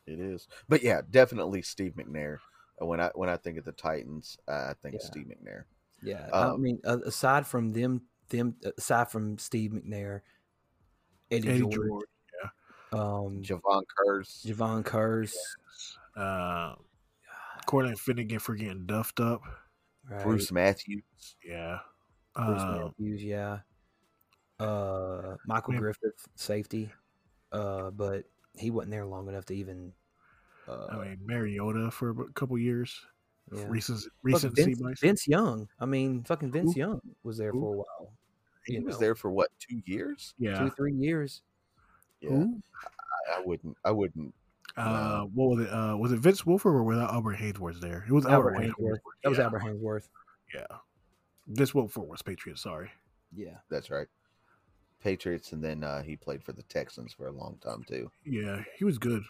It is. But yeah, definitely Steve McNair. Uh, When I when I think of the Titans, uh, I think of Yeah. Steve McNair. Yeah, I Um, mean, a- aside from them, them aside from Steve McNair, Eddie, Eddie George, George, um, Javon Curse. Javon Curse, uh, Corlin Finnegan for getting duffed up. right, Bruce Matthews. Yeah. Bruce Uh, Matthews, yeah, uh, Michael Man. Griffith, safety, uh, but he wasn't there long enough to even. Uh, I mean, Mariota for a couple years. yeah. Recent, Fuck, recency Vince, bias. Vince Young. I mean, fucking Vince Who? Young was there Who? for a while, He you was know. there for what two years? Yeah. two, three years. Yeah, Who? I, I wouldn't. I wouldn't. Uh, what was it? Uh, was it Vince Wilford or was that Albert Haynesworth there? It was Albert, Albert Haynesworth. Haynesworth. That was yeah, Albert Hainsworth. Yeah. Vince Wilford was Patriot. Sorry. Yeah. That's right. Patriots, and then uh, he played for the Texans for a long time too. Yeah, he was good.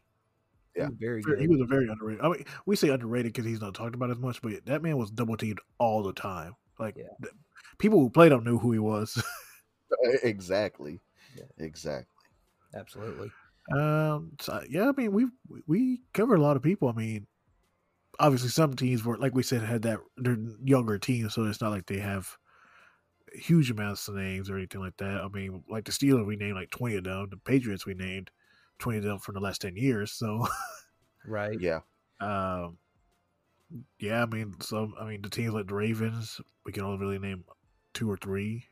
He Yeah. was Very Very- good. He was a very underrated. I mean, we say underrated because he's not talked about as much, but that man was double teamed all the time. Like Yeah. th- people who played him knew who he was. <laughs> E, exactly. Yeah. Exactly. Absolutely. um, so, yeah, I mean, we we covered a lot of people. I mean, obviously some teams were like we said had that they're younger teams, so it's not like they have huge amounts of names or anything like that. I mean, like the Steelers, we named like twenty of them. The Patriots, we named twenty of them from the last ten years. So. <laughs> Right. Yeah. Um, yeah, I mean, some. I mean, the teams like the Ravens, we can only really name two or three.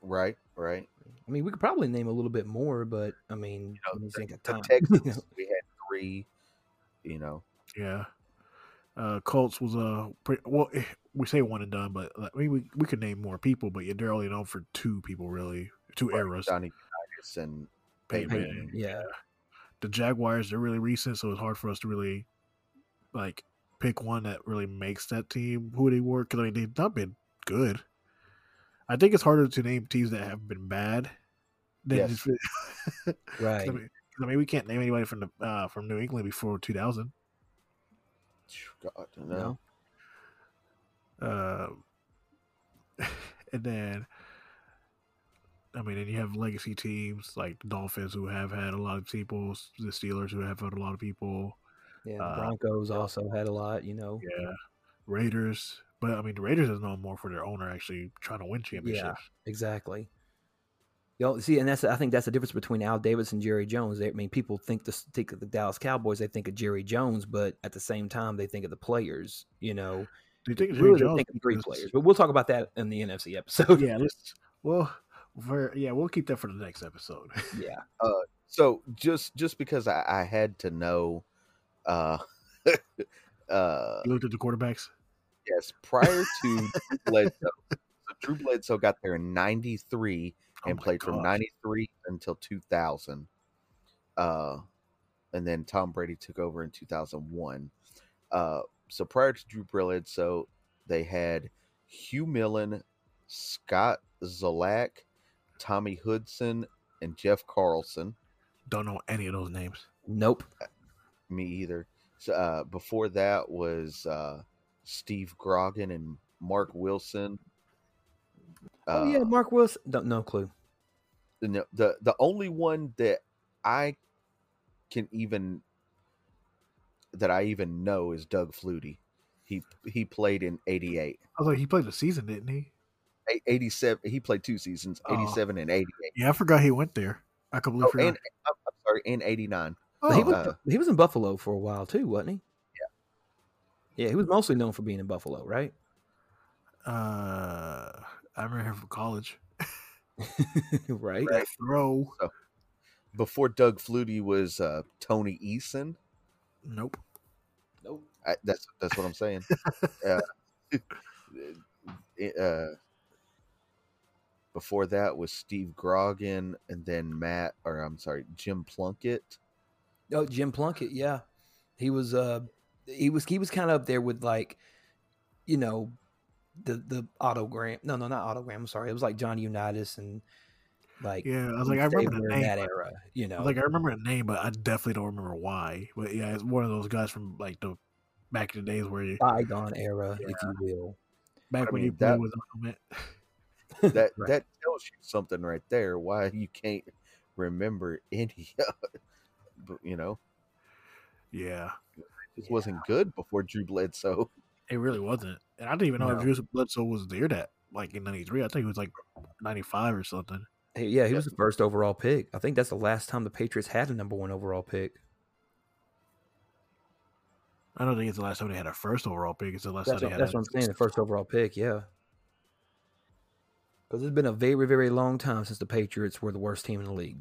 Right. Right. I mean, we could probably name a little bit more, but I mean, know, when you think of The time. Texans. <laughs> we had three. You know. Yeah, uh, Colts was uh, pretty, well. eh, We say one and done, but like, I mean, we we could name more people, but yeah, they're only known for two people really, two eras. Johnny Unitas and Peyton Peyton, Manning. yeah. The Jaguars, they're really recent, so it's hard for us to really like pick one that really makes that team who they were because I mean, they've not been good. I think it's harder to name teams that have been bad than Yes. just- 'Cause Right. I mean, 'cause I mean, we can't name anybody from the uh, from New England before 2000. God, no. No. Uh, <laughs> and then, I mean, and you have legacy teams like the Dolphins who have had a lot of people, s- the Steelers who have had a lot of people, Yeah. The uh, Broncos also had a lot, you know. yeah, Raiders. But I mean, the Raiders is known more for their owner actually trying to win championships. Exactly. You know, see, and that's I think that's the difference between Al Davis and Jerry Jones. They, I mean, people think the think of the Dallas Cowboys, they think of Jerry Jones, but at the same time, they think of the players. You know, Do you think really, Jerry they Jones think of three was- players. But we'll talk about that in the NFC episode. <laughs> Yeah, let's. Well, for, yeah, we'll keep that for the next episode. <laughs> <laughs> yeah. so just just because I, I had to know uh <laughs> uh you looked at the quarterbacks. yes prior to Drew Bledsoe so Drew Bledsoe got there in 93 Oh and my played from gosh. 93 until 2000 uh and then Tom Brady took over in 2001 uh so prior to Drew Bledsoe they had Hugh Millen Scott Zolak Tommy Hudson and Jeff Carlson Don't know any of those names. Nope. me either. So, uh, before that was uh, Steve Grogan and Mark Wilson. oh yeah, Uh, Mark Wilson. Don't, no clue. no, the the only one that I can even that I even know is Doug Flutie. He he played in 88. I was like, he played the season, didn't he? A- 87 he played two seasons, Oh. 87 and 88. Yeah, I forgot he went there. I completely Oh, forgot. and I'm, I'm sorry, and 89. But he Oh, was uh, he was in Buffalo for a while too, wasn't he? Yeah. Yeah, he was mostly known for being in Buffalo, right? <laughs> uh, I remember him from college. right. That throw. Before Doug Flutie was uh, Tony Eason. Nope. Nope. I, that's that's what I'm saying. <laughs> uh, it, uh, before that was Steve Grogan, and then Matt, or I'm sorry, Jim Plunkett. Oh, Jim Plunkett, yeah. He was uh he was he was kind of up there with like, you know, the the autogram. No, no, not autogram. I'm sorry. It was like John Unitas and like Yeah, I was like, I they remember were the in name. that but- era, you I know. was like, I remember the name, but I definitely don't remember why. But yeah, it's one of those guys from like the back in the days where you bygone era, if you will. back I when you mean, played that- with helmet. That <laughs> Right. that tells you something right <laughs> there. Why you can't remember any, of it. but you know, Yeah, This wasn't good before Drew Bledsoe. <laughs> it really wasn't. And I didn't even know No. if Drew Bledsoe was there that like in '93. I think it was like '95 or something. Hey, yeah, he was the first overall pick. I think that's the last time the Patriots had a number one overall pick. I don't think it's the last time they had a first overall pick. It's the last That's, time what, they that's had. what A, I'm saying. The <laughs> first overall pick, yeah. Because it's been a very, very long time since the Patriots were the worst team in the league.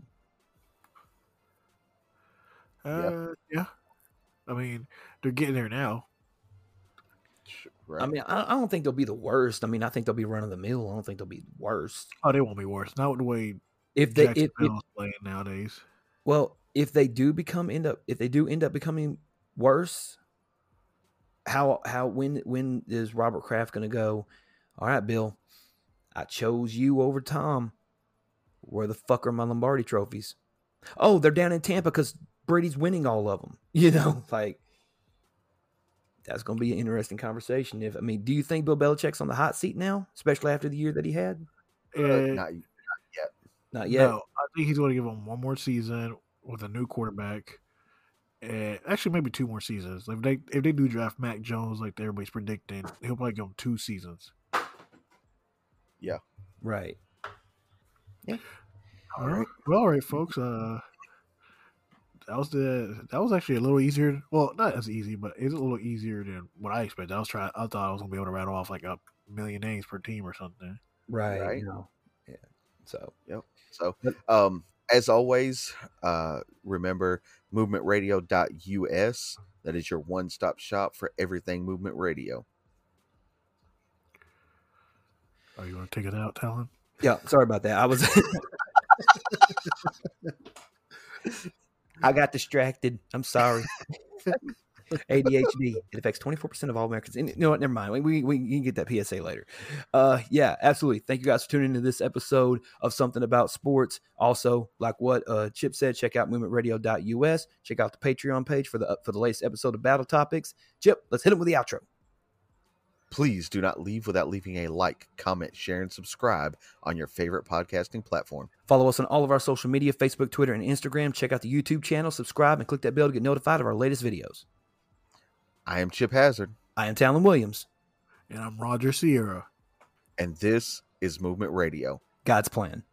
uh, yeah. I mean, they're getting there now. Right. I mean, I, I don't think they'll be the worst. I mean, I think they'll be run of the mill. I don't think they'll be the worst. Oh, they won't be worse. Not with the way If they, if, if, Jacksonville's playing nowadays. well, if they do become end up, if they do end up becoming worse, how how when when is Robert Kraft going to go? All right, Bill, I chose you over Tom. Where the fuck are my Lombardi trophies? Oh, they're down in Tampa because Brady's winning all of them. <laughs> You know, like that's going to be an interesting conversation. If I mean, do you think Bill Belichick's on the hot seat now, especially after the year that he had? Uh, Eh, not- Not yet. No, I think he's going to give him one more season with a new quarterback. And actually, maybe two more seasons. If they if they do draft Mac Jones like everybody's predicting, he'll probably give him two seasons. Right. All right, well, all right, folks. Uh, that was the that was actually a little easier. Well, not as easy, but it's a little easier than what I expected. I was trying. I thought I was going to be able to rattle off like a million names per team or something. Right. Right. no. Yeah. So So, But- um, as always, uh, remember movementradio.us. That is your one stop shop for everything movement radio. Are you going to take it out, Talon? yeah, sorry about that. I was <laughs> I got distracted. I'm sorry. <laughs> ADHD. It affects 24% of all Americans. And you know what? Never mind. We, we, we can get that PSA later. Uh, yeah, absolutely. Thank you guys for tuning into this episode of Something About Sports. Also, like what uh, Chip said, check out movementradio.us. Check out the Patreon page for the for the latest episode of Battle Topics. Chip, let's hit him with the outro. Please do not leave without leaving a like, comment, share, and subscribe on your favorite podcasting platform. Follow us on all of our social media Facebook, Twitter, and Instagram. Check out the YouTube channel, subscribe, and click that bell to get notified of our latest videos. I am Chip Hazard, I am Talon Williams. And I'm Roger Sierra. and this is Movement Radio. God's plan.